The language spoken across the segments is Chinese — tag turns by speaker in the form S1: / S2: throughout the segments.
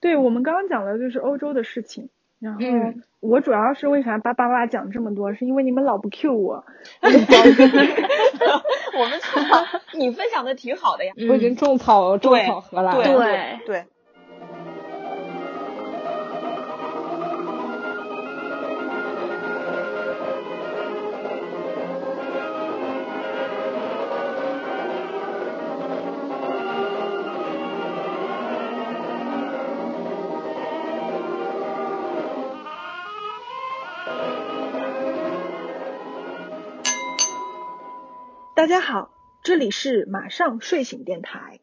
S1: 对我们刚刚讲的就是欧洲的事情，然后
S2: 嗯
S1: 我主要是为啥叭叭叭讲这么多，是因为你们老不 Q 我，
S2: 我们知道 你分享的挺好的呀。
S3: 我已经种草种
S2: 对
S3: 草荷兰
S2: 对
S3: 了。
S2: 对对，
S1: 大家好，这里是马上睡醒电台，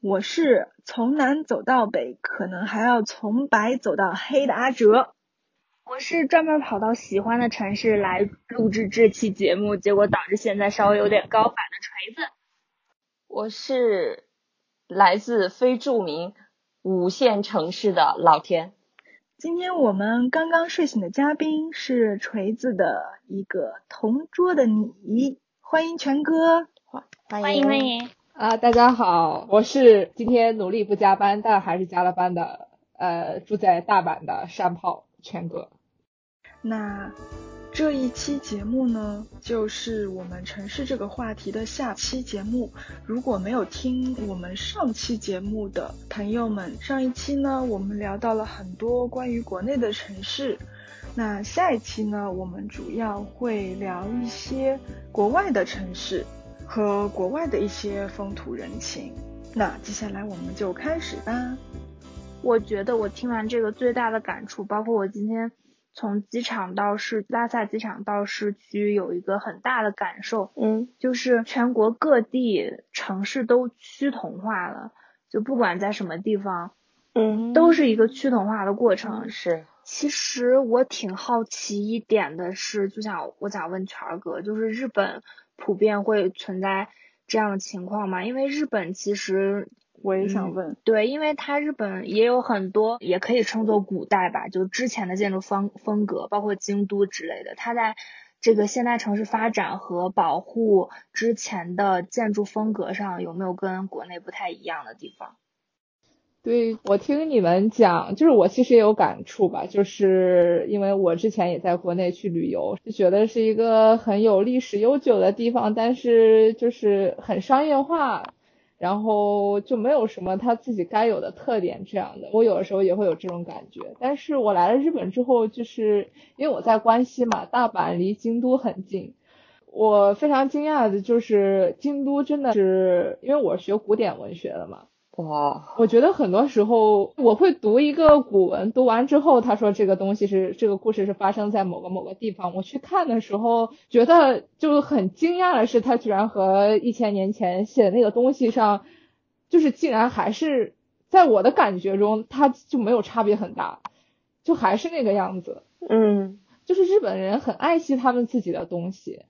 S1: 我是从南走到北，可能还要从白走到黑的阿哲。
S4: 我是专门跑到喜欢的城市来录制这期节目，结果导致现在稍微有点高反的锤子。
S2: 我是来自非著名五线城市的老田。
S1: 今天我们刚刚睡醒的嘉宾是锤子的一个同桌的你，欢迎全哥。
S4: 欢迎欢迎，
S3: 啊，大家好，我是今天努力不加班，但还是加了班的，呃，住在大阪的山炮全哥。
S1: 那这一期节目呢，就是我们城市这个话题的下期节目。如果没有听我们上期节目的朋友们，上一期呢我们聊到了很多关于国内的城市，那下一期呢我们主要会聊一些国外的城市和国外的一些风土人情。那接下来我们就开始吧。
S4: 我觉得我听完这个最大的感触，包括我今天从机场到市拉萨机场到市区有一个很大的感受，
S2: 嗯，
S4: 就是全国各地城市都趋同化了，就不管在什么地方，
S2: 嗯，
S4: 都是一个趋同化的过程。
S2: 是，
S4: 其实我挺好奇一点的是，就想我想问权儿哥，就是日本普遍会存在这样的情况吗？因为日本其实
S1: 我也
S4: 想
S1: 问，
S4: 对，因为它日本也有很多，也可以称作古代吧，就之前的建筑风风格，包括京都之类的，它在这个现代城市发展和保护之前的建筑风格上，有没有跟国内不太一样的地方？
S3: 对，我听你们讲，就是我其实也有感触吧，就是因为我之前也在国内去旅游，就觉得是一个很有历史悠久的地方，但是就是很商业化，然后就没有什么它自己该有的特点这样的。我有的时候也会有这种感觉，但是我来了日本之后，就是因为我在关西嘛，大阪离京都很近，我非常惊讶的就是京都真的是，因为我学古典文学的嘛。
S2: 哇，
S3: 我觉得很多时候我会读一个古文，读完之后他说这个东西是这个故事是发生在某个某个地方，我去看的时候觉得就很惊讶的是，他居然和一千年前写的那个东西上，就是竟然还是在我的感觉中，它就没有差别很大，就还是那个样子。
S2: 嗯，
S3: 就是日本人很爱惜他们自己的东西，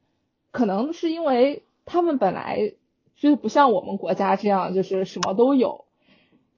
S3: 可能是因为他们本来就是不像我们国家这样，就是什么都有，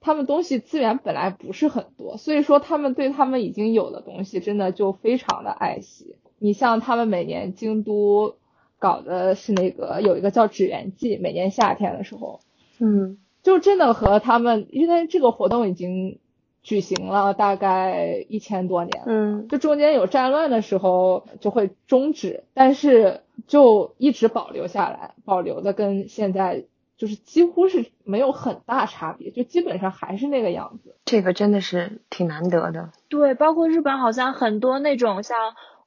S3: 他们东西资源本来不是很多，所以说他们对他们已经有的东西真的就非常的爱惜。你像他们每年京都搞的是那个有一个叫纸鸢祭，每年夏天的时候，
S2: 嗯，
S3: 就真的和他们，因为这个活动已经举行了大概一千多年了，
S2: 嗯，
S3: 就中间有战乱的时候就会终止，但是就一直保留下来，保留的跟现在就是几乎是没有很大差别，就基本上还是那个样子。
S2: 这个真的是挺难得的。
S4: 对，包括日本好像很多那种像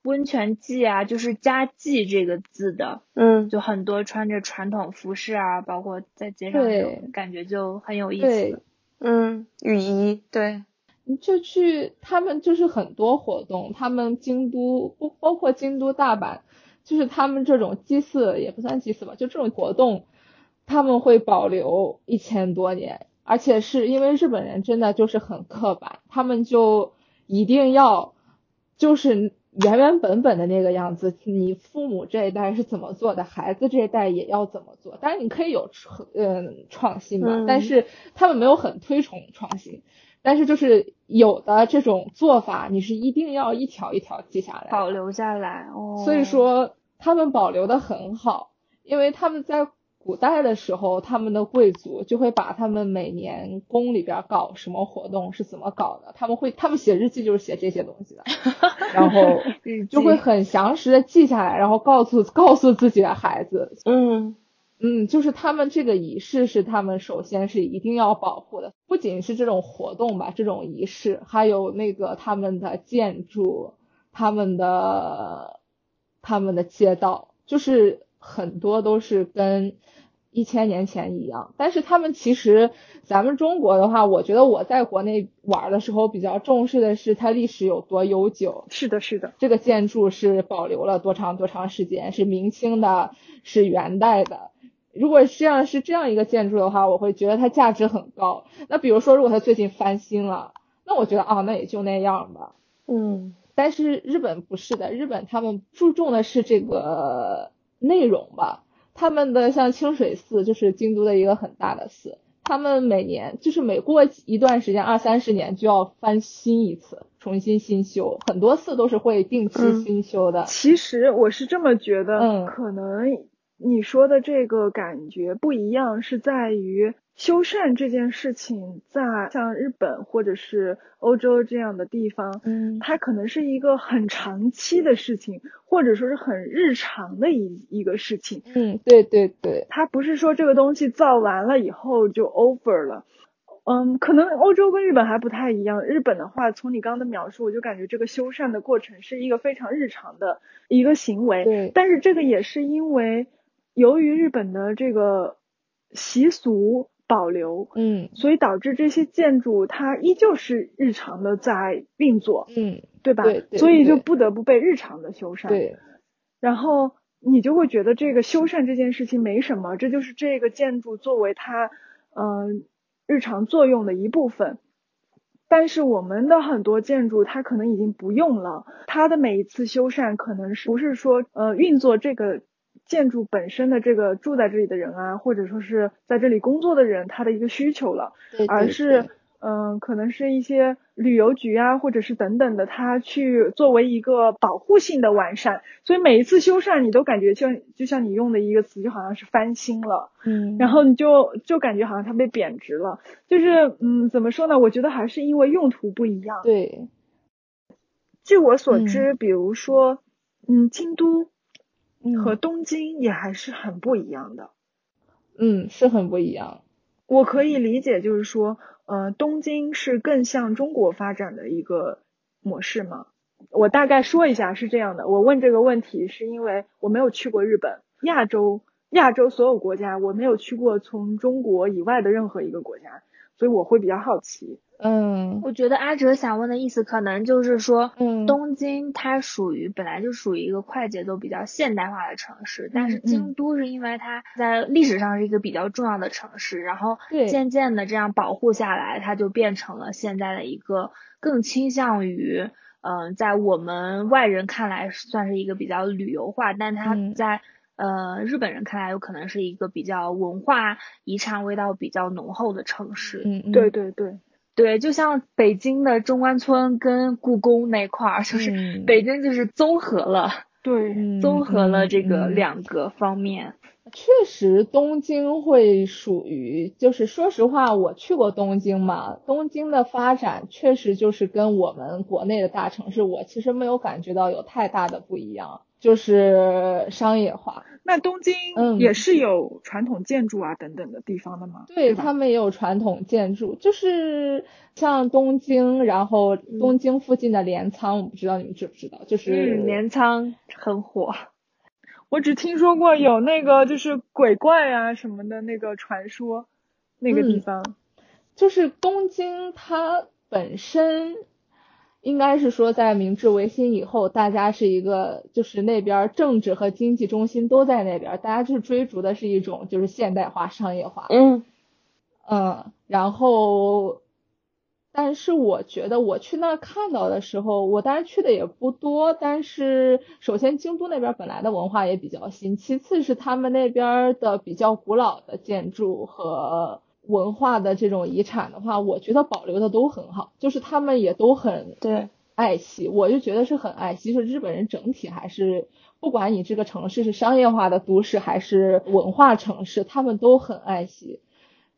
S4: 温泉季啊，就是加季这个字的，
S2: 嗯，
S4: 就很多穿着传统服饰啊，包括在街上这种感觉就很有意
S3: 对
S4: 思。，
S2: 嗯，雨衣，对，
S3: 你就去他们就是很多活动，他们京都不包括京都、大阪，就是他们这种祭祀也不算祭祀吧，就这种活动，他们会保留一千多年，而且是因为日本人真的就是很刻板，他们就一定要就是原原本本的那个样子，你父母这一代是怎么做的，孩子这一代也要怎么做。当然你可以有创嗯创新嘛，
S2: 嗯
S3: 但是他们没有很推崇创新。但是就是有的这种做法，你是一定要一条一条记下来的，
S4: 保留下来哦，
S3: 所以说他们保留的很好，因为他们在古代的时候，他们的贵族就会把他们每年宫里边搞什么活动是怎么搞的，他们会他们写日记就是写这些东西的，然后
S4: 日
S3: 就
S4: 记
S3: 会很详实的记下来，然后告诉告诉自己的孩子，
S5: 嗯
S3: 嗯，就是他们这个仪式是他们首先是一定要保护的，不仅是这种活动吧，这种仪式，还有那个他们的建筑、他们的、他们的街道，就是很多都是跟一千年前一样。但是他们其实，咱们中国的话，我觉得我在国内玩的时候比较重视的是它历史有多悠久，
S1: 是的，是的，
S3: 这个建筑是保留了多长多长时间，是明清的，是元代的。如果这样是这样一个建筑的话，我会觉得它价值很高。那比如说，如果它最近翻新了，那我觉得啊，那也就那样吧。
S5: 嗯
S3: 但是日本不是的，日本他们注重的是这个内容吧。他们的像清水寺就是京都的一个很大的寺，他们每年就是每过一段时间二三十年就要翻新一次，重新新修，很多寺都是会定期
S1: 嗯
S3: 新修的。
S1: 其实我是这么觉得，
S3: 嗯
S1: 可能你说的这个感觉不一样，是在于修缮这件事情，在像日本或者是欧洲这样的地方，
S3: 嗯
S1: 它可能是一个很长期的事情，或者说是很日常的一一个事情。
S3: 嗯，对对对，
S1: 它不是说这个东西造完了以后就 over 了。嗯，可能欧洲跟日本还不太一样。日本的话，从你刚刚的描述，我就感觉这个修缮的过程是一个非常日常的一个行为。
S3: 对
S1: 但是这个也是因为，由于日本的这个习俗保留，
S3: 嗯
S1: 所以导致这些建筑它依旧是日常的在运作，
S3: 嗯，
S1: 对吧？
S3: 对对
S1: 所以就
S3: 对
S1: 不得不被日常的修缮。
S3: 对
S1: 然后你就会觉得这个修缮这件事情没什么，这就是这个建筑作为它嗯、呃日常作用的一部分。但是我们的很多建筑它可能已经不用了，它的每一次修缮可能是不是说呃运作这个建筑本身的这个住在这里的人啊，或者说是在这里工作的人他的一个需求了，
S3: 对，
S1: 而
S3: 对
S1: 是
S3: 对
S1: 嗯、呃可能是一些旅游局啊，或者是等等的，它去作为一个保护性的完善。所以每一次修缮，你都感觉像就像你用的一个词，就好像是翻新了，
S3: 嗯，
S1: 然后你就就感觉好像它被贬值了。就是嗯，怎么说呢？我觉得还是因为用途不一样。
S3: 对，
S1: 据我所知，比如说嗯，京都
S3: 嗯
S1: 和东京也还是很不一样的。
S3: 嗯是很不一样。
S1: 我可以理解，就是说，呃，东京是更向中国发展的一个模式吗？我大概说一下是这样的。我问这个问题是因为我没有去过日本，亚洲亚洲所有国家我没有去过从中国以外的任何一个国家，所以我会比较好奇。
S3: 嗯
S4: 我觉得阿哲想问的意思，可能就是说，
S3: 嗯
S4: 东京它属于本来就属于一个快节奏比较现代化的城市，但是
S1: 嗯嗯
S4: 京都是因为它在历史上是一个比较重要的城市，然后
S3: 对
S4: 渐渐的这样保护下来，它就变成了现在的一个更倾向于。嗯，在我们外人看来算是一个比较旅游化，但它
S3: 嗯
S4: 在、呃日本人看来有可能是一个比较文化遗产味道比较浓厚的城市。
S3: 嗯嗯
S1: 对对对，
S4: 对，就像北京的中关村跟故宫那块儿，就是
S3: 嗯
S4: 北京就是综合了，
S1: 对，
S3: 嗯
S4: 综合了
S3: 嗯
S4: 这个
S3: 嗯
S4: 两个方面。
S3: 确实，东京会属于，就是说实话，我去过东京嘛，东京的发展确实就是跟我们国内的大城市，我其实没有感觉到有太大的不一样，就是商业化。
S1: 那东京
S3: 嗯
S1: 也是有传统建筑啊等等的地方的吗？
S3: 对
S1: 吧
S3: 他们也有传统建筑，就是像东京，然后
S4: 嗯
S3: 东京附近的镰仓，我不知道你们知不知道，就是
S4: 嗯，镰仓很火，
S1: 我只听说过有那个就是鬼怪啊什么的那个传说，那个地
S3: 嗯
S1: 方。
S3: 就是东京它本身应该是说在明治维新以后，大家是一个就是那边儿政治和经济中心都在那边儿，大家就是追逐的是一种就是现代化、商业化。
S5: 嗯
S3: 嗯，然后，但是我觉得我去那儿看到的时候，我当然去的也不多，但是首先京都那边儿本来的文化也比较新，其次是他们那边儿的比较古老的建筑和文化的这种遗产的话，我觉得保留的都很好，就是他们也都很
S5: 对
S3: 爱惜，我就觉得是很爱惜。就是日本人整体还是，不管你这个城市是商业化的都市还是文化城市，他们都很爱惜。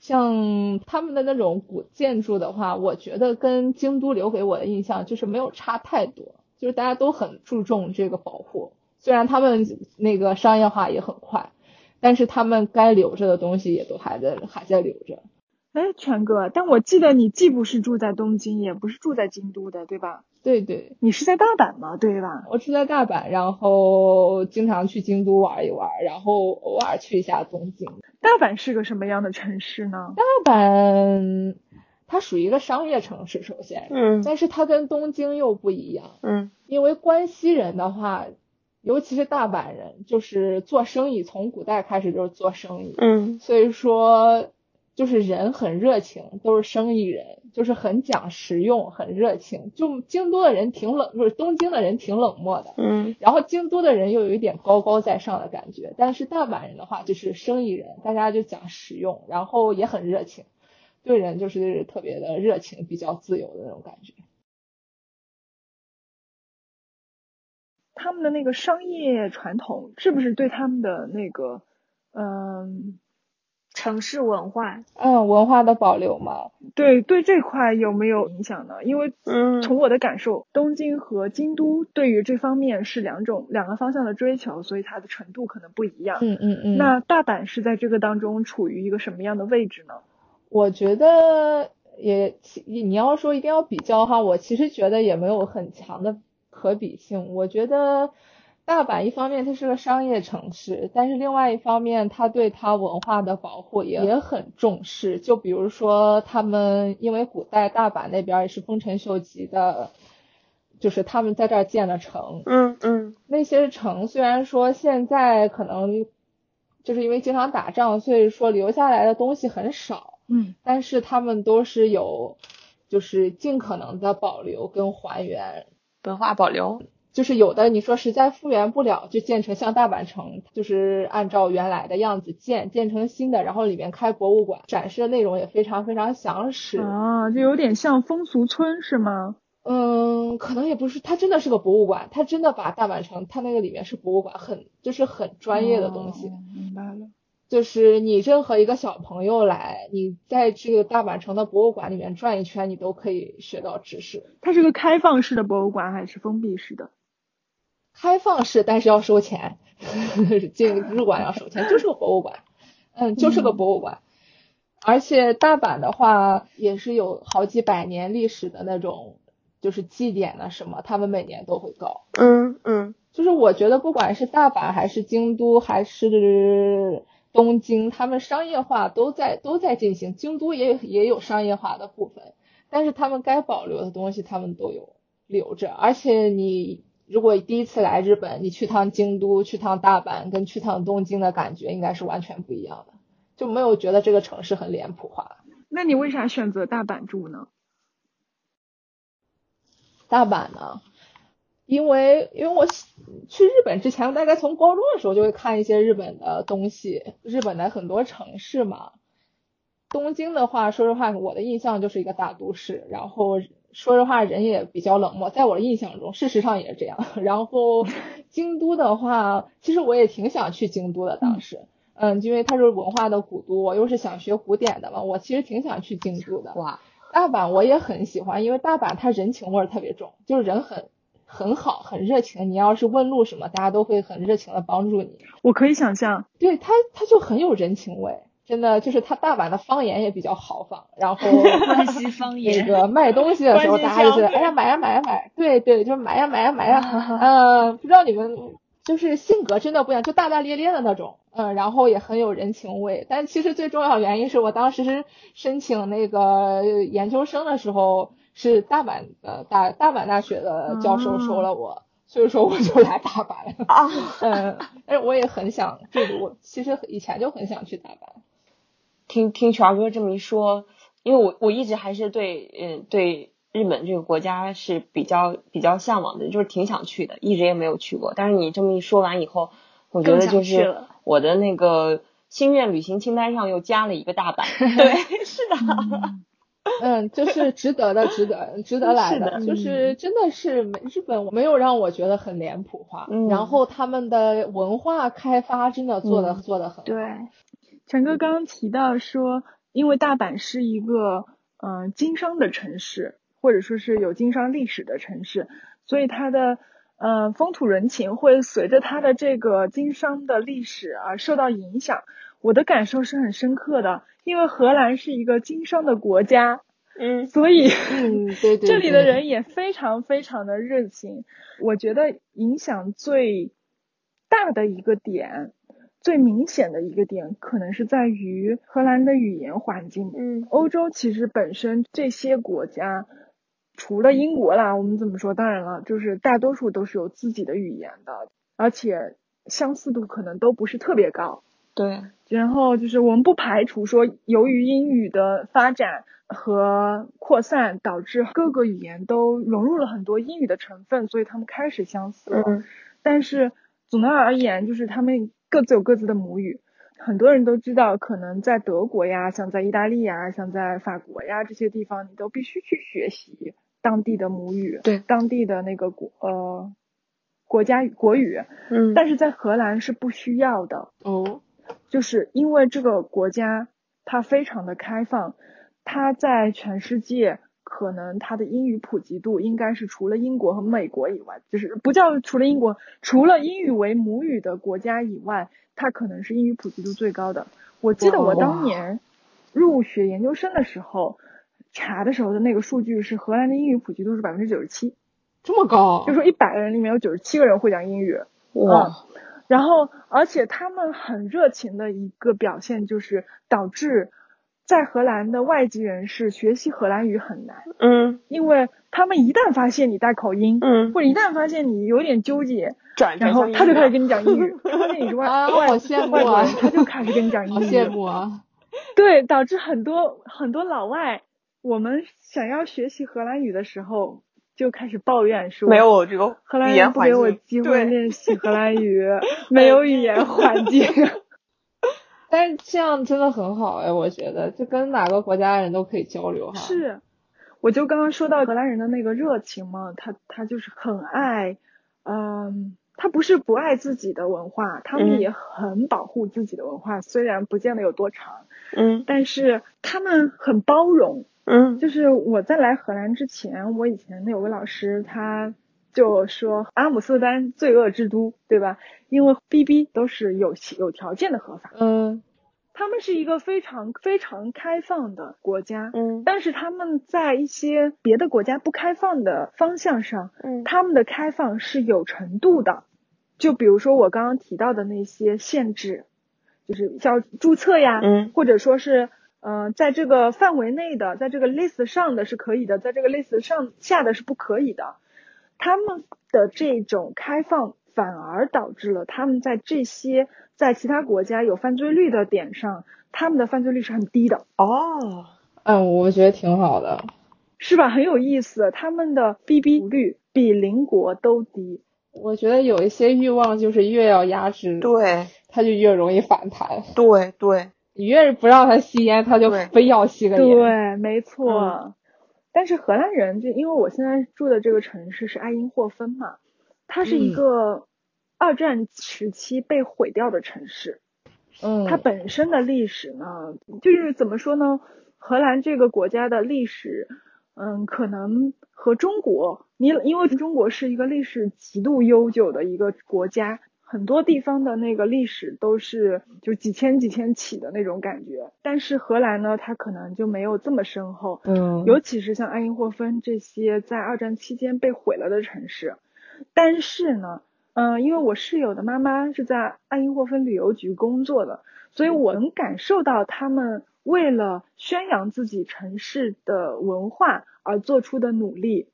S3: 像他们的那种古建筑的话，我觉得跟京都留给我的印象就是没有差太多，就是大家都很注重这个保护。虽然他们那个商业化也很快，但是他们该留着的东西也都还在还在留着。
S1: 哎，全哥，但我记得你既不是住在东京，也不是住在京都的，对吧？
S3: 对对，
S1: 你是在大阪吗？对吧？
S3: 我是在大阪，然后经常去京都玩一玩，然后偶尔去一下东京。
S1: 大阪是个什么样的城市呢？
S3: 大阪它属于一个商业城市，首先，
S6: 嗯
S3: 但是它跟东京又不一样，
S6: 嗯
S3: 因为关西人的话，尤其是大阪人，就是做生意，从古代开始就是做生意，
S6: 嗯
S3: 所以说就是人很热情，都是生意人，就是很讲实用，很热情。就京都的人挺冷，不是东京的人挺冷漠的，
S6: 嗯
S3: 然后京都的人又有一点高高在上的感觉，但是大阪人的话就是生意人，大家就讲实用，然后也很热情，对人就是特别的热情，比较自由的那种感觉。
S7: 他们的那个商业传统是不是对他们的那个，嗯，
S4: 城市文化，
S3: 嗯，文化的保留嘛，
S7: 对对这块有没有影响呢？因为
S6: 嗯
S7: 从我的感受，东京和京都对于这方面是两种两个方向的追求，所以它的程度可能不一样。
S3: 嗯嗯嗯。
S7: 那大阪是在这个当中处于一个什么样的位置呢？
S3: 我觉得也，其你要说一定要比较的话，我其实觉得也没有很强的可比性。我觉得大阪一方面它是个商业城市，但是另外一方面，它对它文化的保护也也很重视。就比如说，他们因为古代大阪那边也是丰臣秀吉的，就是他们在这儿建了城，
S6: 嗯嗯
S3: 那些城虽然说现在可能就是因为经常打仗，所以说留下来的东西很少，
S7: 嗯，
S3: 但是他们都是有，就是尽可能的保留跟还原，
S6: 文化保留。
S3: 就是有的你说实在复原不了，就建成像大阪城，就是按照原来的样子建，建成新的，然后里面开博物馆，展示的内容也非常非常详实，
S6: 哦
S7: 啊，就有点像风俗村是吗？
S3: 嗯，可能也不是，它真的是个博物馆，它真的把大阪城，它那个里面是博物馆，很就是很专业的东西。
S7: 哦明白了。
S3: 就是你任何一个小朋友来，你在这个大阪城的博物馆里面转一圈，你都可以学到知识。
S7: 它是个开放式的博物馆还是封闭式的？
S3: 开放式，但是要收钱， 进入馆要收钱，就是个博物馆，嗯，就是个博物馆。而且大阪的话，也是有好几百年历史的那种，就是祭典啊什么，他们每年都会搞。
S6: 嗯嗯
S3: 就是我觉得不管是大阪还是京都还是东京，他们商业化都在都在进行，京都也有也有商业化的部分，但是他们该保留的东西他们都有留着，而且你。如果第一次来日本，你去趟京都、去趟大阪，跟去趟东京的感觉应该是完全不一样的，就没有觉得这个城市很脸谱化。
S7: 那你为啥选择大阪住呢？
S3: 大阪呢，因为因为我喜去日本之前，大概从高中的时候就会看一些日本的东西，日本的很多城市嘛。东京的话，说实话，我的印象就是一个大都市，然后说实话人也比较冷漠，在我的印象中，事实上也是这样。 然后京都的话，其实我也挺想去京都的，当时。嗯，因为它是文化的古都，我又是想学古典的嘛，我其实挺想去京都的。
S6: 哇，
S3: 大阪我也很喜欢，因为大阪它人情味儿特别重，就是人很很好，很热情。你要是问路什么，大家都会很热情的帮助你。
S7: 我可以想 象，
S3: 对它，它就很有人情味，真的就是它大阪的方言也比较豪放，然后
S4: 关西方
S3: 那
S4: 言。
S3: 个卖东西的时候，
S4: 关心
S3: 大家就是
S4: 消费
S3: 哎呀买呀买呀买，对对，就是买呀买呀买呀， 嗯，不知道你们就是性格真的不一样，就大大咧咧的那种，嗯，然后也很有人情味。但其实最重要的原因是我当时是申请那个研究生的时候，是大阪的大大阪大学
S4: 哦
S3: 的教授收了我，所以说我就来大阪了。
S4: 哦
S6: 啊，
S3: 嗯，但是我也很想，就是我其实以前就很想去大阪。
S6: 听听全哥这么一说，因为我我一直还是对嗯对日本这个国家是比较比较向往的，就是挺想去的，一直也没有去过。但是你这么一说完以后，我觉
S4: 更
S6: 得
S4: 想
S6: 就
S4: 去
S6: 是
S4: 了
S6: 我的 那个心愿旅行清单上又加了一个大阪。对，是的。
S3: 嗯，就是值得的，值得，值得来的，
S1: 是的
S3: 就是真的是没日本没有让我觉得很脸谱化，
S6: 嗯
S3: 然后他们的文化开发真的做的、
S6: 嗯
S3: 做的很好，
S4: 对，
S1: 陈哥刚刚提到说，因为大阪是一个嗯、呃经商的城市，或者说是有经商历史的城市，所以它的呃风土人情会随着它的这个经商的历史而受到影响。我的感受是很深刻的，因为荷兰是一个经商的国家，
S6: 嗯
S1: 所以
S3: 嗯，对对对，
S1: 这里的人也非常非常的热情。我觉得影响最大的一个点，最明显的一个点，可能是在于荷兰的语言环境。
S6: 嗯
S1: 欧洲其实本身这些国家，除了英国啦，我们怎么说？当然了，就是大多数都是有自己的语言的，而且相似度可能都不是特别高。
S6: 对，
S1: 然后就是我们不排除说，由于英语的发展和扩散，导致各个语言都融入了很多英语的成分，所以他们开始相似了。
S6: 嗯
S1: 但是总的而言，就是他们各自有各自的母语。很多人都知道，可能在德国呀，像在意大利呀，像在法国呀这些地方，你都必须去学习当地的母语，
S6: 对
S1: 当地的那个国呃国家语国语。
S6: 嗯，
S1: 但是在荷兰是不需要的，
S3: 哦，
S1: 就是因为这个国家它非常的开放，它在全世界可能它的英语普及度应该是除了英国和美国以外，就是不叫除了英国，除了英语为母语的国家以外，它可能是英语普及度最高的。我记得我当年入学研究生的时候。查的时候的那个数据是荷兰的英语普及度是百分之九十七，
S3: 这么高，啊
S1: 就说一百个人里面有九十七个人会讲英语。
S6: 哇，
S1: 嗯然后，而且他们很热情的一个表现就是导致在荷兰的外籍人士学习荷兰语很难，
S6: 嗯
S1: 因为他们一旦发现你带口音，
S6: 嗯，
S1: 或者一旦发现你有点纠结，
S6: 转
S1: 然后他就开始跟你讲英 语，他发现你是外
S3: 嗯啊
S1: 外
S3: 好羡慕啊
S1: 外国人，他就开始跟你讲英
S3: 好
S1: 语，
S3: 羡慕啊，
S1: 对，导致很多很多老外，我们想要学习荷兰语的时候，就开始抱怨说
S6: 没有我这个
S1: 荷兰
S6: 语言
S1: 人不
S6: 环
S1: 给
S6: 境
S1: 我机会
S6: 对
S1: 练习荷兰语，没有语言环 境。
S3: 但是这样真的很好哎，我觉得就跟哪个国家的人都可以交流哈，，
S1: 是，我就刚刚说到荷兰人的那个热情嘛，他他就是很爱，嗯，他不是不爱自己的文化，他
S6: 嗯
S1: 们也很保护自己的文化，虽然不见得有多长，
S6: 嗯
S1: 但是他们很包容。
S6: 嗯
S1: 就是我在来荷兰之前，我以前有个老师，他就说阿姆斯特丹罪恶之都，对吧？因为 B B 都是有有条件的合法，
S3: 嗯，
S1: 他们是一个非常非常开放的国家，
S6: 嗯
S1: 但是他们在一些别的国家不开放的方向上，
S6: 嗯
S1: 他们的开放是有程度的。就比如说我刚刚提到的那些限制，就是像注册呀，
S6: 嗯
S1: 或者说是嗯、呃在这个范围内的，在这个 list 上的是可以的，在这个 list 上下的是不可以的。他们的这种开放反而导致了他们在这些在其他国家有犯罪率的点上，他们的犯罪率是很低的。
S6: 哦，
S3: 嗯，我觉得挺好的，
S1: 是吧？很有意思，他们的 BB 率比邻国都低。
S3: 我觉得有一些欲望就是越要压制，
S6: 对
S3: 他就越容易反弹。
S6: 对对，
S3: 你越是不让他吸烟，他就
S6: 对
S3: 非要吸个烟。
S1: 对，没错。但是荷兰人就因为我现在住的这个城市是爱因霍芬嘛，它是一
S3: 嗯
S1: 个二战时期被毁掉的城市，
S3: 嗯，
S1: 它本身的历史呢，就是怎么说呢？荷兰这个国家的历史，嗯，可能和中国，你因为中国是一个历史极度悠久的一个国家，很多地方的那个历史都是就几千几千起的那种感觉。但是荷兰呢，它可能就没有这么深厚，
S3: 嗯
S1: 尤其是像爱因霍芬这些在二战期间被毁了的城市。但是呢，嗯、因为我室友的妈妈是在爱因霍芬旅游局工作的，所以我能感受到他们为了宣扬自己城市的文化而做出的努力。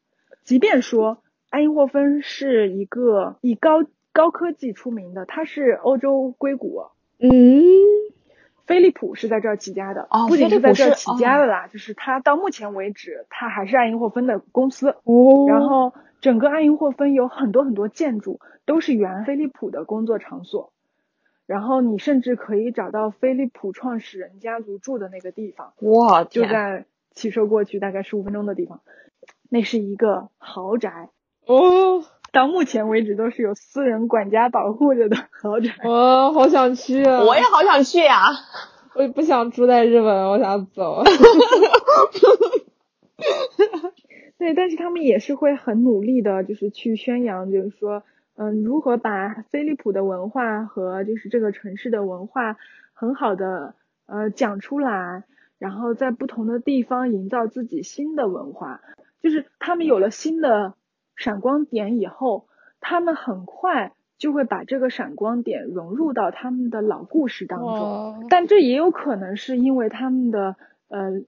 S1: 即便说爱因霍芬是一个以高高科技出名的，它是欧洲硅谷，
S3: 嗯，
S1: 飞利浦是在这儿起家的，
S6: 哦
S1: 不仅
S6: 飞
S1: 是
S6: 利
S1: 在
S6: 浦
S1: 这儿
S6: 是哦
S1: 起家的啦，就是它到目前为止，它还是爱因霍芬的公司。
S3: 哦，
S1: 然后整个爱因霍芬有很多很多建筑都是原飞利浦的工作场所，然后你甚至可以找到飞利浦创始人家族住的那个地方，
S6: 哇
S1: 就
S6: 天啊
S1: 在骑车过去大概十五分钟的地方，那是一个豪宅，
S3: 哦，
S1: 到目前为止都是有私人管家保护着的 豪宅。
S3: 我好想去啊！
S6: 我也好想去呀、
S3: 我也不想住在日本，我想走。啊
S1: 对，但是他们也是会很努力的，就是去宣扬，就是说，嗯，如何把飞利浦的文化和就是这个城市的文化很好的呃讲出来，然后在不同的地方营造自己新的文化。就是他们有了新的闪光点以后，他们很快就会把这个闪光点融入到他们的老故事当中。
S3: 哇
S1: 但这也有可能是因为他们的呃，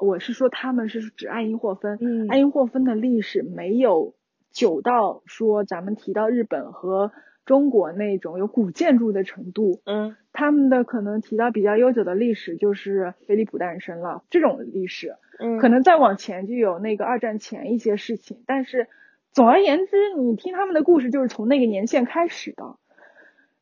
S1: 我是说他们是指爱因霍芬，
S3: 嗯
S1: 爱因霍芬的历史没有久到说咱们提到日本和中国那种有古建筑的程度，
S6: 嗯
S1: 他们的可能提到比较悠久的历史就是菲利普诞生了这种历史，
S6: 嗯，
S1: 可能再往前就有那个二战前一些事情，但是总而言之，你听他们的故事就是从那个年限开始的。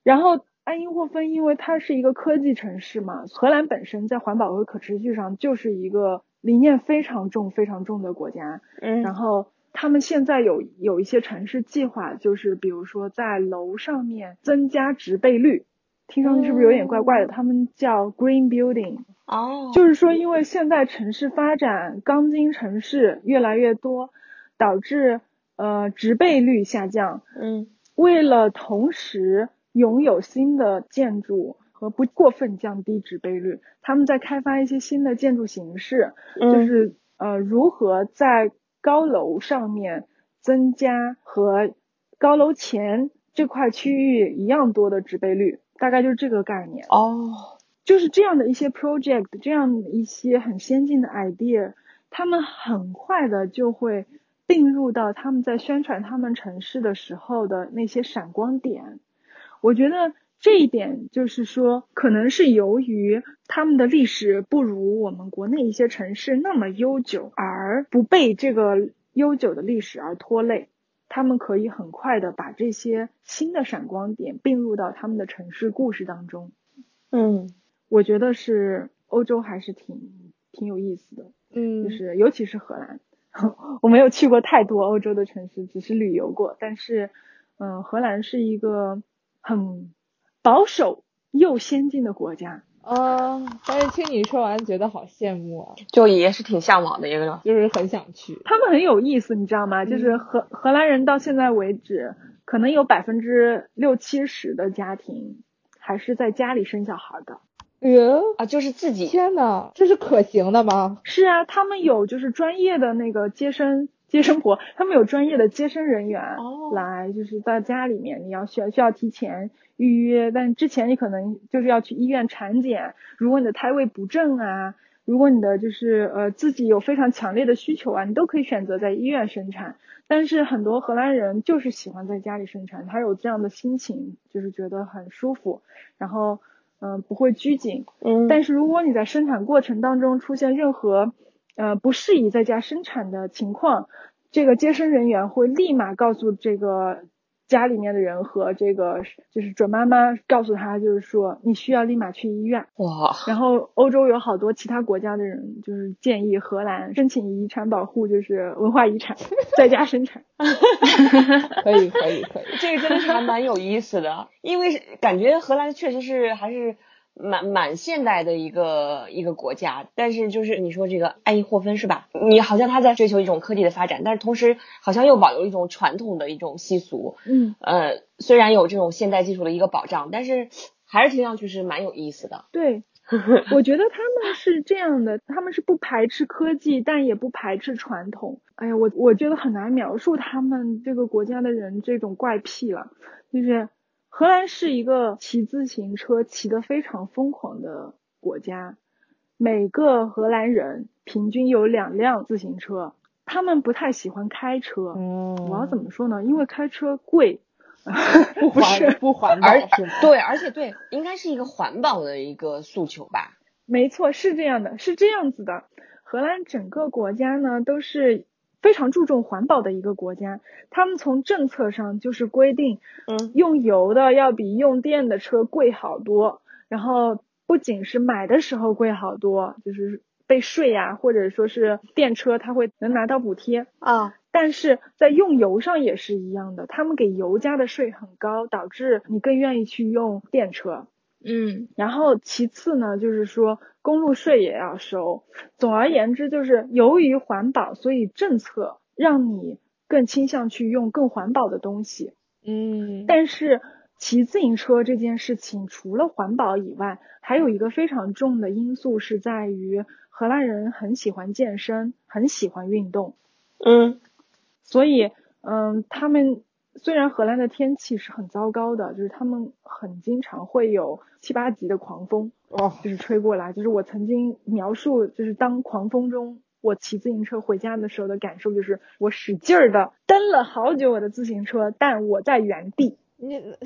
S1: 然后爱因霍芬因为它是一个科技城市嘛，荷兰本身在环保和可持续上就是一个理念非常重、非常重的国家。然
S6: 嗯
S1: 后他们现在有有一些城市计划，就是比如说在楼上面增加植被率，听上去是不是有点怪怪的？他们叫 green building。
S6: 哦，
S1: 就是说，因为现在城市发展，钢筋城市越来越多，导致呃植被率下降。
S6: 嗯
S1: 为了同时拥有新的建筑和不过分降低植被率，他们在开发一些新的建筑形式，
S6: 嗯
S1: 就是呃如何在高楼上面增加和高楼前这块区域一样多的植被率，大概就是这个概念。
S6: 哦，
S1: 就是这样的一些 project，这样的一些很先进的 idea，他们很快的就会并入到他们在宣传他们城市的时候的那些闪光点。我觉得这一点就是说，可能是由于他们的历史不如我们国内一些城市那么悠久，而不被这个悠久的历史而拖累。他们可以很快的把这些新的闪光点并入到他们的城市故事当中。
S6: 嗯
S1: 我觉得是欧洲还是挺挺有意思的，
S3: 嗯，
S1: 就是尤其是荷兰， 我没有去过太多欧洲的城市，只是旅游过。但是，嗯，荷兰是一个很保守又先进的国家。
S3: 啊，但是听你说完，觉得好羡慕啊，
S6: 就也是挺向往的一个，
S3: 就是很想去。
S1: 他们很有意思，你知道吗？就是荷荷兰人到现在为止，可能有百分之六七十的家庭还是在家里生小孩的。
S3: 呃，
S6: 啊，就是自己
S3: 天呐，这是可行的吗？
S1: 是啊，他们有就是专业的那个接生接生婆，他们有专业的接生人员
S6: 哦
S1: 来，就是到家里面，你要需要需要提前预约，但之前你可能就是要去医院产检，如果你的胎位不正啊，如果你的就是呃自己有非常强烈的需求啊，你都可以选择在医院生产。但是很多荷兰人就是喜欢在家里生产，他有这样的心情，就是觉得很舒服，然后嗯、呃不会拘谨。
S6: 嗯
S1: 但是如果你在生产过程当中出现任何呃不适宜在家生产的情况，这个接生人员会立马告诉这个家里面的人和这个就是准妈妈，告诉她就是说你需要立马去医院。
S6: 哇，
S1: 然后欧洲有好多其他国家的人就是建议荷兰申请遗产保护，就是文化遗产， 在家生产。
S3: 可以，可以，可 以。
S6: 这个真的是还蛮有意思的，因为是感觉荷兰确实是还是蛮蛮现代的一个一个国家，但是就是你说这个爱因霍芬是吧？你好像他在追求一种科技的发展，但是同时好像又保留一种传统的一种习俗，
S1: 嗯，
S6: 呃，虽然有这种现代技术的一个保障，但是还是听上去是蛮有意思的。
S1: 对，我觉得他们是这样的，他们是不排斥科技，但也不排斥传统。哎呀，我我觉得很难描述他们这个国家的人这种怪癖了。就是荷兰是一个骑自行车骑得非常疯狂的国家，每个荷兰人平均有两辆自行车，他们不太喜欢开车。
S3: 嗯，
S1: 我要怎么说呢？因为开车贵，
S3: 不
S1: 不是
S3: 环不环保
S6: 而
S3: 是吗？
S6: 对，而且对，应该是一个环保的一个诉求吧。
S1: 没错，是这样的，是这样子的。荷兰整个国家呢都是非常注重环保的一个国家，他们从政策上就是规定，
S6: 嗯
S1: 用油的要比用电的车贵好多，然后不仅是买的时候贵好多，就是。被税呀、或者说是电车，它会能拿到补贴。
S4: 啊，
S1: 但是在用油上也是一样的，他们给油加的税很高，导致你更愿意去用电车。
S4: 嗯
S1: 然后其次呢，就是说公路税也要收。总而言之，就是由于环保，所以政策让你更倾向去用更环保的东西。
S3: 嗯，
S1: 但是骑自行车这件事情，除了环保以外，还有一个非常重的因素是在于荷兰人很喜欢健身，很喜欢运动，
S6: 嗯
S1: 所以嗯，他们虽然荷兰的天气是很糟糕的，就是他们很经常会有七八级的狂风，
S3: 哦，
S1: 就是吹过来，就是我曾经描述，就是当狂风中我骑自行车回家的时候的感受，就是我使劲儿的蹬了好久我的自行车，但我在原地。
S3: 你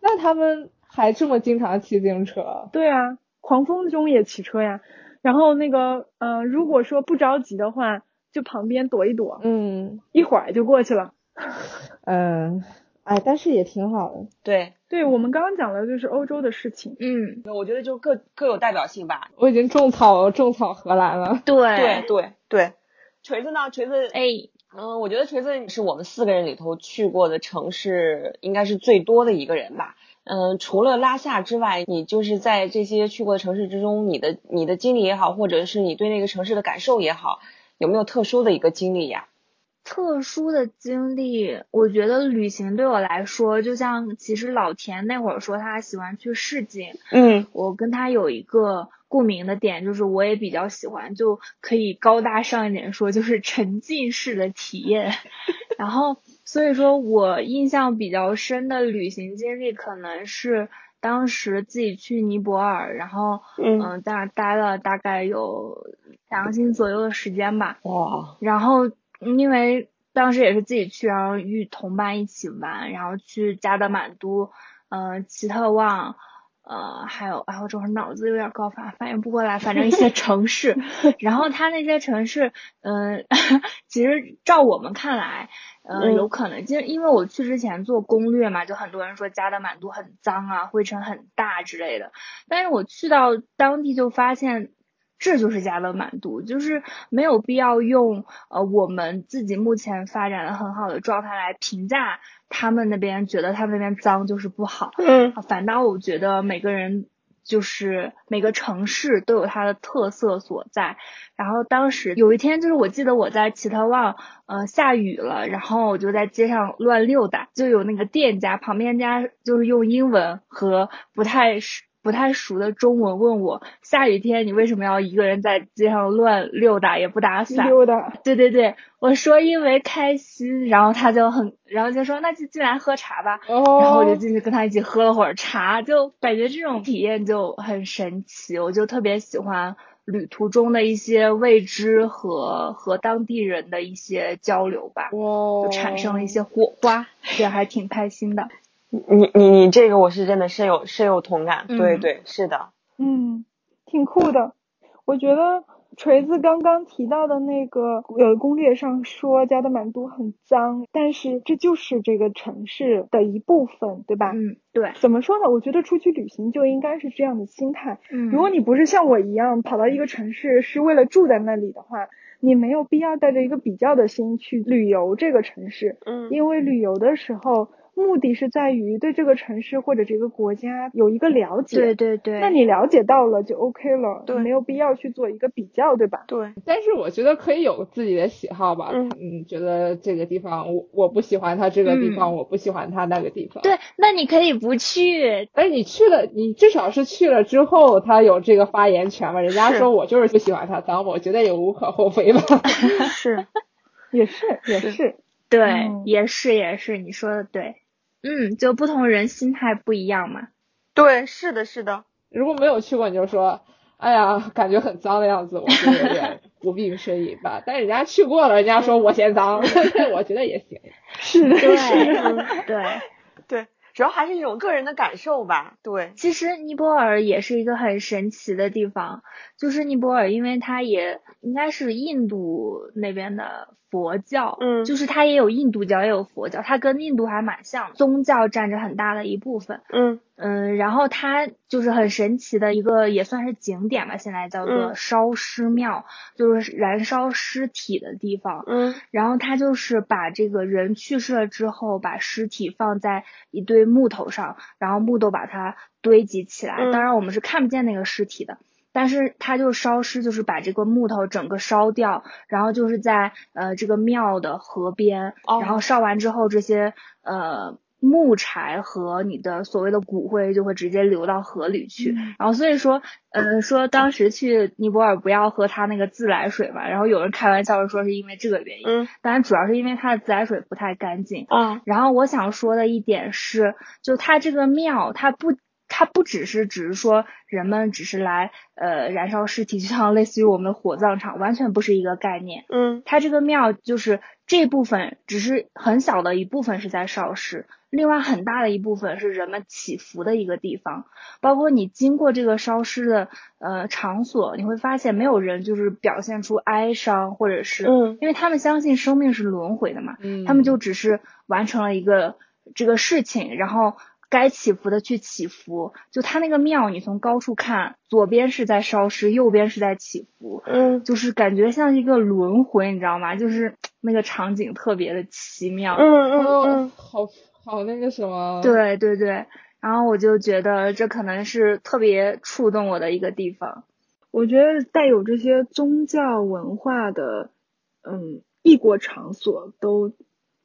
S3: 那他们还这么经常骑自行车？
S1: 对啊，狂风中也骑车呀。然后那个，呃，如果说不着急的话，就旁边躲一躲，
S3: 嗯
S1: 一会儿就过去了。
S3: 嗯，哎，但是也挺好的。
S6: 对，
S1: 对我们刚刚讲的就是欧洲的事情，
S4: 嗯，
S6: 我觉得就各各有代表性吧。
S3: 我已经种草种草荷兰了。
S4: 对，
S6: 对对对，锤子呢？锤子，
S4: 哎，
S6: 嗯，我觉得锤子是我们四个人里头去过的城市，应该是最多的一个人吧。嗯，除了拉萨之外，你就是在这些去过的城市之中，你的你的经历也好，或者是你对那个城市的感受也好，有没有特殊的一个经历呀？
S4: 特殊的经历，我觉得旅行对我来说，就像其实老田那会儿说他喜欢去市井，
S6: 嗯
S4: 我跟他有一个共鸣的点，就是我也比较喜欢，就可以高大上一点说，就是沉浸式的体验。然后，所以说我印象比较深的旅行经历，可能是当时自己去尼泊尔，然后嗯、
S6: 嗯，
S4: 呃在那儿待了大概有两个星期左右的时间吧。
S6: 哇，
S4: 然后因为当时也是自己去，然后与同伴一起玩，然后去加德满都，呃，奇特旺，呃，还有哎，我这会儿脑子有点高反，反应不过来，反正一些城市，然后它那些城市，嗯、 其实照我们看来。呃，
S6: 嗯
S4: 有可能，就因为我去之前做攻略嘛，就很多人说加德满都很脏啊，灰尘很大之类的。但是我去到当地就发现，这就是加勒满都，就是没有必要用呃我们自己目前发展的很好的状态来评价他们那边，觉得他们那边脏就是不好。
S6: 嗯
S4: 啊反倒我觉得每个人就是每个城市都有它的特色所在。然后当时有一天，就是我记得我在奇特旺，呃，下雨了，然后我就在街上乱溜达，就有那个店家旁边家就是用英文和不太熟不太熟的中文问我，下雨天你为什么要一个人在街上乱溜达也不打伞？
S1: 溜 达。
S4: 对对对，我说因为开心，然后他就很，然后就说那就进来喝茶吧。然后我就
S3: 哦，
S4: 进去跟他一起喝了会儿茶，就感觉这种体验就很神奇，我就特别喜欢旅途中的一些未知和和当地人的一些交流吧，
S3: 哇，
S4: 就产生了一些火花，也还挺开心的。
S6: 你你你这个我是真的深有深有同感，
S4: 嗯
S6: 对对是的，
S1: 嗯，挺酷的。我觉得锤子刚刚提到的那个呃攻略上说加德满都很脏，但是这就是这个城市的一部分，对吧？
S4: 嗯，对，
S1: 怎么说呢？我觉得出去旅行就应该是这样的心态。
S4: 嗯，
S1: 如果你不是像我一样跑到一个城市是为了住在那里的话，你没有必要带着一个比较的心去旅游这个城市，
S6: 嗯
S1: 因为旅游的时候目的是在于对这个城市或者这个国家有一个了解。
S4: 对对对，
S1: 那你了解到了就 OK 了，
S6: 对
S1: 没有必要去做一个比较，对吧？
S6: 对，
S3: 但是我觉得可以有自己的喜好吧。
S6: 嗯
S3: 嗯，觉得这个地方我我不喜欢它这个地方，
S4: 嗯
S3: 我不喜欢它那个地方。
S4: 对，那你可以不去，
S3: 但是你去了，你至少是去了之后，他有这个发言权吧？人家
S6: 是
S3: 说我就是不喜欢他脏，我觉得也无可厚非吧。
S1: 是，也是，也
S6: 是
S1: 是。
S4: 对，
S1: 嗯
S4: 也是也是，你说的对，嗯，就不同人心态不一样嘛，
S6: 对是的是的，
S3: 如果没有去过，你就说，哎呀，感觉很脏的样子，我觉得有点 不避深矣吧。但人家去过了，人家说我嫌 脏，我觉得也行。
S1: 是的，
S4: 对嗯
S1: 是的。
S4: 对。
S6: 对，主要还是一种个人的感受吧，对，
S4: 其实尼泊尔也是一个很神奇的地方，就是尼泊尔，因为它也应该是印度那边的佛教，
S6: 嗯
S4: 就是它也有印度教也有佛教，它跟印度还蛮像的，宗教占着很大的一部分。
S6: 嗯
S4: 嗯，然后它就是很神奇的一个，也算是景点吧，现在叫做
S6: 嗯
S4: 烧尸庙，就是燃烧尸体的地方。
S6: 嗯
S4: 然后它就是把这个人去世了之后，把尸体放在一堆木头上，然后木头把它堆积起来。
S6: 嗯
S4: 当然我们是看不见那个尸体的，但是它就烧尸，就是把这个木头整个烧掉，然后就是在呃这个庙的河边，
S6: 哦
S4: 然后烧完之后这些呃。木柴和你的所谓的骨灰就会直接流到河里去，
S1: 嗯
S4: 然后所以说，呃，说当时去尼泊尔不要喝它那个自来水嘛，然后有人开玩笑说是因为这个原因，
S6: 嗯
S4: 当然主要是因为它的自来水不太干净。
S6: 啊
S4: 然后我想说的一点是，就它这个庙，它不。它不只是只是说人们只是来呃燃烧尸体，就像类似于我们的火葬场，完全不是一个概念。
S6: 嗯
S4: 它这个庙就是这部分只是很小的一部分是在烧尸，另外很大的一部分是人们祈福的一个地方。包括你经过这个烧尸的呃场所，你会发现没有人就是表现出哀伤，或者是、
S6: 嗯
S4: 因为他们相信生命是轮回的嘛，
S3: 嗯
S4: 他们就只是完成了一个这个事情，然后该祈福的去祈福。就他那个庙，你从高处看，左边是在烧尸，右边是在祈福，
S6: 嗯
S4: 就是感觉像一个轮回，你知道吗？就是那个场景特别的奇妙。
S6: 嗯
S3: 哦
S6: 嗯，
S3: 好好那个什么，，
S4: 对对对，然后我就觉得这可能是特别触动我的一个地方。
S1: 我觉得带有这些宗教文化的，嗯，异国场所都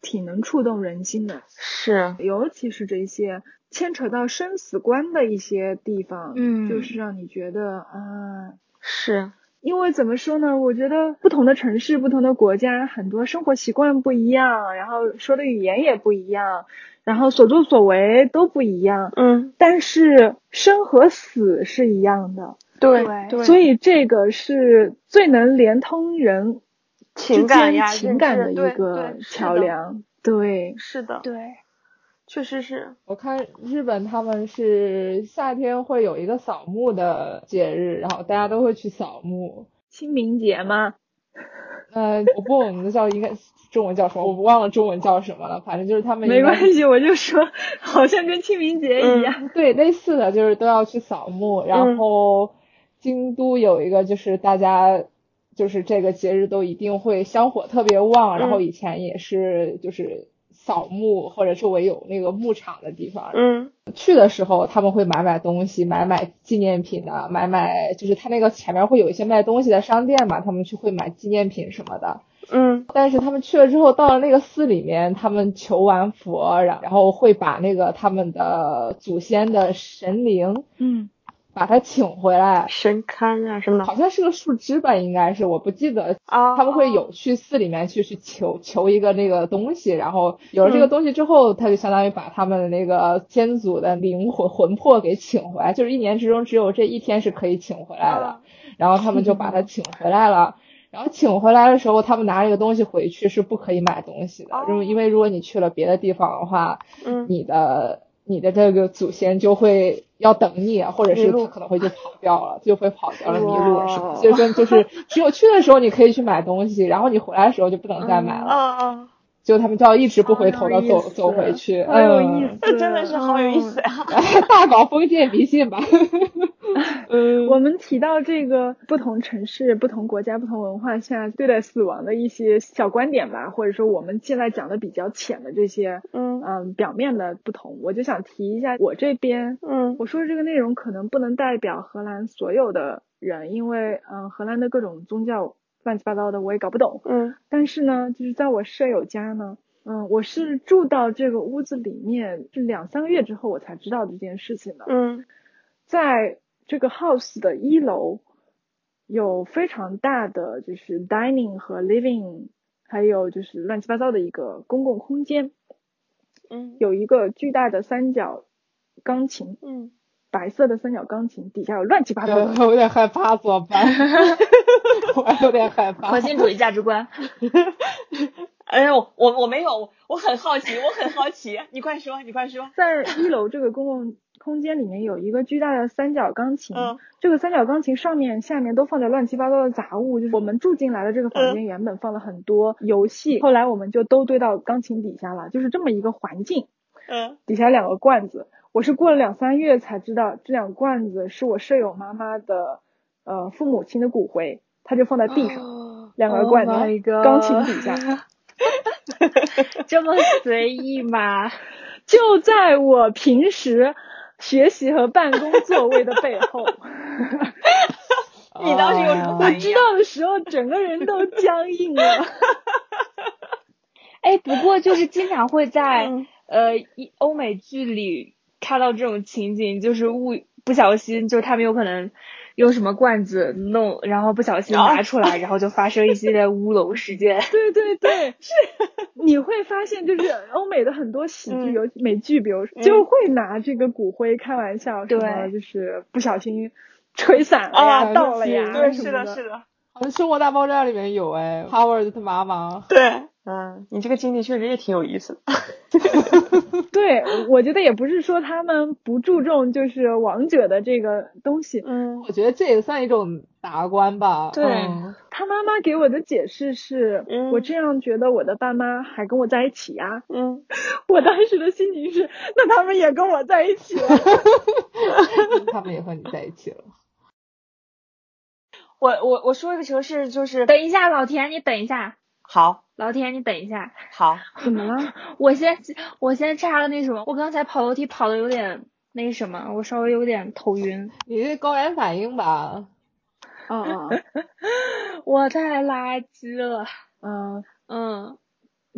S1: 挺能触动人心的，
S6: 是
S1: 尤其是这些牵扯到生死观的一些地方，
S4: 嗯
S1: 就是让你觉得啊，
S6: 是
S1: 因为怎么说呢，我觉得不同的城市、不同的国家，很多生活习惯不一样，然后说的语言也不一样，然后所作所为都不一样，
S6: 嗯
S1: 但是生和死是一样的。
S6: 对
S4: 对
S1: 所以这个是最能连通人
S6: 情
S1: 之
S6: 感
S1: 间
S6: 呀
S1: 情
S6: 认
S1: 感
S6: 知
S1: 的一
S6: 对
S1: 个
S6: 对是
S1: 桥
S6: 的
S1: 梁。对，
S6: 是的，
S4: 对，
S6: 确实是
S3: 我看日本他们是夏天会有一个扫墓的节日，然后大家都会去扫墓。
S1: 清明节嘛，
S3: 呃，我不，我们的叫应该中文叫什么？我忘了中文叫什么了，反正就是他们
S1: 没
S3: 应该
S1: 关系，我就说好像跟清明节
S6: 嗯
S1: 一样。
S3: 对，类似的就是都要去扫墓，然后京都有一个就是大家就是这个节日都一定会香火特别旺，然后以前也是就是扫墓或者周围有那个牧场的地方，
S6: 嗯
S3: 去的时候他们会买买东西，买买纪念品啊，买买就是他那个前面会有一些卖东西的商店嘛，他们去会买纪念品什么的，
S6: 嗯
S3: 但是他们去了之后，到了那个寺里面，他们求完佛，然然后会把那个他们的祖先的神灵
S1: 嗯，
S3: 把他请回来，
S6: 神龛啊什么的
S3: 好像是个树枝吧，应该是我不记得。
S6: 啊
S3: 他们会有去寺里面去去求求一个那个东西，然后有了这个东西之后，他就相当于把他们的那个先祖的灵魂魂魄给请回来，就是一年之中只有这一天是可以请回来的。
S6: 啊
S3: 然后他们就 把他请回来了。然后请回来的时候，他们拿这个东西回去是不可以买东西的
S6: 哦，
S3: 因为因为如果你去了别的地方的话，
S6: 嗯
S3: 你的你的这个祖先就会要等你，啊或者
S6: 迷
S3: 是
S6: 路
S3: 他可能会就跑掉了，就会跑掉了迷路
S1: 哇
S3: 什么。所以说就是只有去的时候你可以去买东西，然后你回来的时候就不能再买
S6: 啊
S3: 了，
S6: 啊，
S3: 就他们就要一直不回头
S1: 好
S3: 的
S1: 嗯哦啊有意
S3: 走
S1: 思
S3: 走回去，
S1: 好有意
S3: 嗯，
S6: 这真的是好有意思呀！
S3: 大搞封建迷信吧， 嗯，
S1: 我们提到这个不同城市、不同国家、不同文化下对待死亡的一些小观点吧，或者说我们现在讲的比较浅的这些，
S6: 嗯
S1: 嗯，表面的不同，我就想提一下我这边
S6: 嗯
S1: 我说的这个内容可能不能代表荷兰所有的人，因为嗯、呃荷兰的各种宗教乱七八糟的我也搞不懂。
S6: 嗯
S1: 但是呢，就是在我舍友家呢，嗯，我是住到这个屋子里面是两三个月之后，我才知道这件事情的。
S6: 嗯
S1: 在这个 house 的一楼有非常大的就是 dining 和 living，还有就是乱七八糟的一个公共空间，
S6: 嗯
S1: 有一个巨大的三角钢琴。
S6: 嗯
S1: 白色的三角钢琴，底下有乱七八糟
S3: 对，
S1: 的。
S3: 我有点害怕，怎么办？ 我还有点害怕
S4: 核。心主义价值观。
S6: 哎呦，我我没有，我很好奇，我很好奇，你快说，你快说。
S1: 在一楼这个公共空间里面有一个巨大的三角钢琴，
S6: 嗯
S1: 这个三角钢琴上面、下面都放着乱七八糟的杂物。就是我们住进来的这个房间，原本放了很多游戏，后来我们就都堆到钢琴底下了，就是这么一个环境。
S6: 嗯
S1: 底下两个罐子，我是过了两三月才知道，这两罐子是我舍友妈妈的呃父母亲的骨灰，她就放在地上，两个罐子
S4: Oh my god
S1: 钢琴底下，
S4: 这么随意吗？
S1: 就在我平时学习和办公座位的背 后。
S4: 哎
S6: 嗯你当时有什么
S1: 我
S3: 哦
S6: 反
S1: 知
S6: 应？
S1: 道的时候，整个人都僵硬了。
S4: 哎，不过就是经常会在、
S6: 嗯
S4: 呃一欧美剧里看到这种情景，就是误不小心，就是他们有可能用什么罐子弄，然后不小心
S6: 哦
S4: 拿出来，然后就发生一系列乌龙事件。
S1: 对对对，是。你会发现，就是欧美的很多喜剧，
S4: 嗯
S1: 尤其美剧，比如说
S4: 嗯
S1: 就会拿这个骨灰开玩笑，什么
S4: 对
S1: 就是不小心吹散了
S6: 哎
S3: 啊
S1: 呀、倒了呀，
S3: 对
S1: 什
S6: 哦
S1: 么
S6: 是的，
S1: 的，
S6: 是的，
S3: 好像《生活大爆炸》里面有哎，Howard 他妈妈，
S6: 对，嗯，你这个经历确实也挺有意思的。
S1: 对，我觉得也不是说他们不注重就是王者的这个东西，
S6: 嗯
S3: 我觉得这也算一种达观吧。
S6: 对
S3: 嗯
S1: 他妈妈给我的解释是，
S6: 嗯
S1: 我这样觉得我的爸妈还跟我在一起呀、
S6: 嗯，
S1: 我当时的心情是，那他们也跟我在一起了。
S3: 他们也和你在一起了。
S6: 我我我说一个城市就是
S4: 等一下，老田，你等一下，
S6: 好
S4: 老田，你等一下，
S6: 好，
S1: 怎么了？
S4: 我先我先插个那什么，我刚才跑楼梯跑的有点那什么，我稍微有点头晕。
S3: 你这高原反应吧？
S1: 哦哦，
S4: 我太垃圾了，
S1: 嗯，
S4: 嗯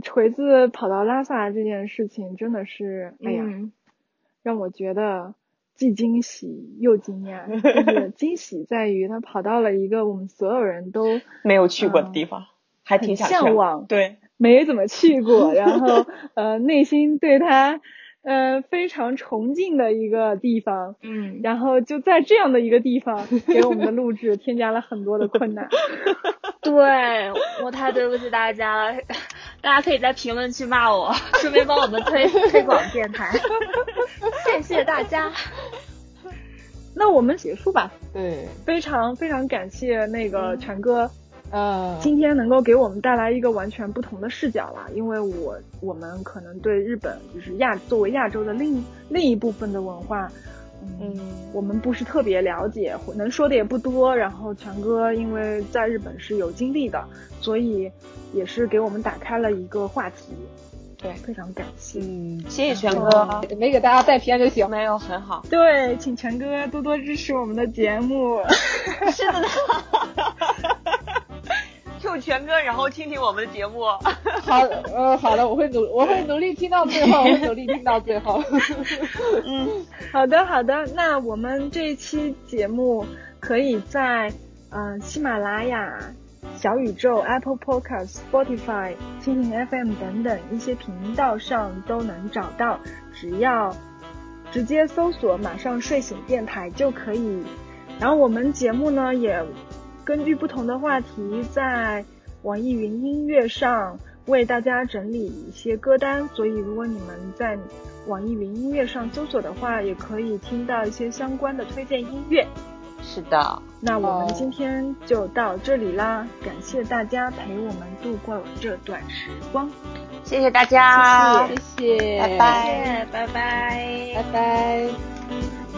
S1: 锤子跑到拉萨这件事情真的是，哎呀，
S4: 嗯，
S1: 让我觉得既惊喜又惊讶。就是惊喜在于他跑到了一个我们所有人都
S6: 没有去过的地方，还挺想去的
S1: 很向往
S6: 对，
S1: 没怎么去过，然后呃内心对他呃非常崇敬的一个地方。
S4: 嗯，
S1: 然后就在这样的一个地方，给我们的录制添加了很多的困难。
S4: 对，我太对不起大家了，大家可以在评论区骂我，顺便帮我们推推广电台， 谢谢大家。
S1: 那我们结束吧。
S3: 对，
S1: 非常非常感谢那个全哥，
S3: 嗯，
S1: 今天能够给我们带来一个完全不同的视角啦。因为我我们可能对日本就是亚作为亚洲的另另一部分的文化，嗯，我们不是特别了解，或能说的也不多。然后全哥因为在日本是有经历的，所以也是给我们打开了一个话题。
S6: 对
S1: 非常感谢。
S6: 嗯，谢谢全
S1: 哦
S6: 哥，
S3: 没给大家带偏就行。
S6: 没有很好，
S1: 对，请全哥多多支持我们的节 目。
S6: 是的呢。Q 全哥，然后听听我们的节目。
S3: 好，呃，好的，我会努，我会努力听到最后，我会努力听到最 后。
S6: 嗯，
S1: 好的，好的，那我们这一期节目可以在嗯、呃喜马拉雅、小宇宙、Apple Podcast、Spotify、蜻蜓 FM 等等一些频道上都能找到，只要直接搜索“马上睡醒电台”就可以。然后我们节目呢也根据不同的话题，在网易云音乐上为大家整理一些歌单，所以如果你们在网易云音乐上搜索的话，也可以听到一些相关的推荐音乐。
S6: 是的，
S1: 那我们
S3: 哦
S1: 今天就到这里啦，感谢大家陪我们度过这段时光，
S6: 谢谢大家，
S1: 谢
S3: 谢谢，
S6: 拜拜
S4: 谢谢，拜拜
S3: 拜拜。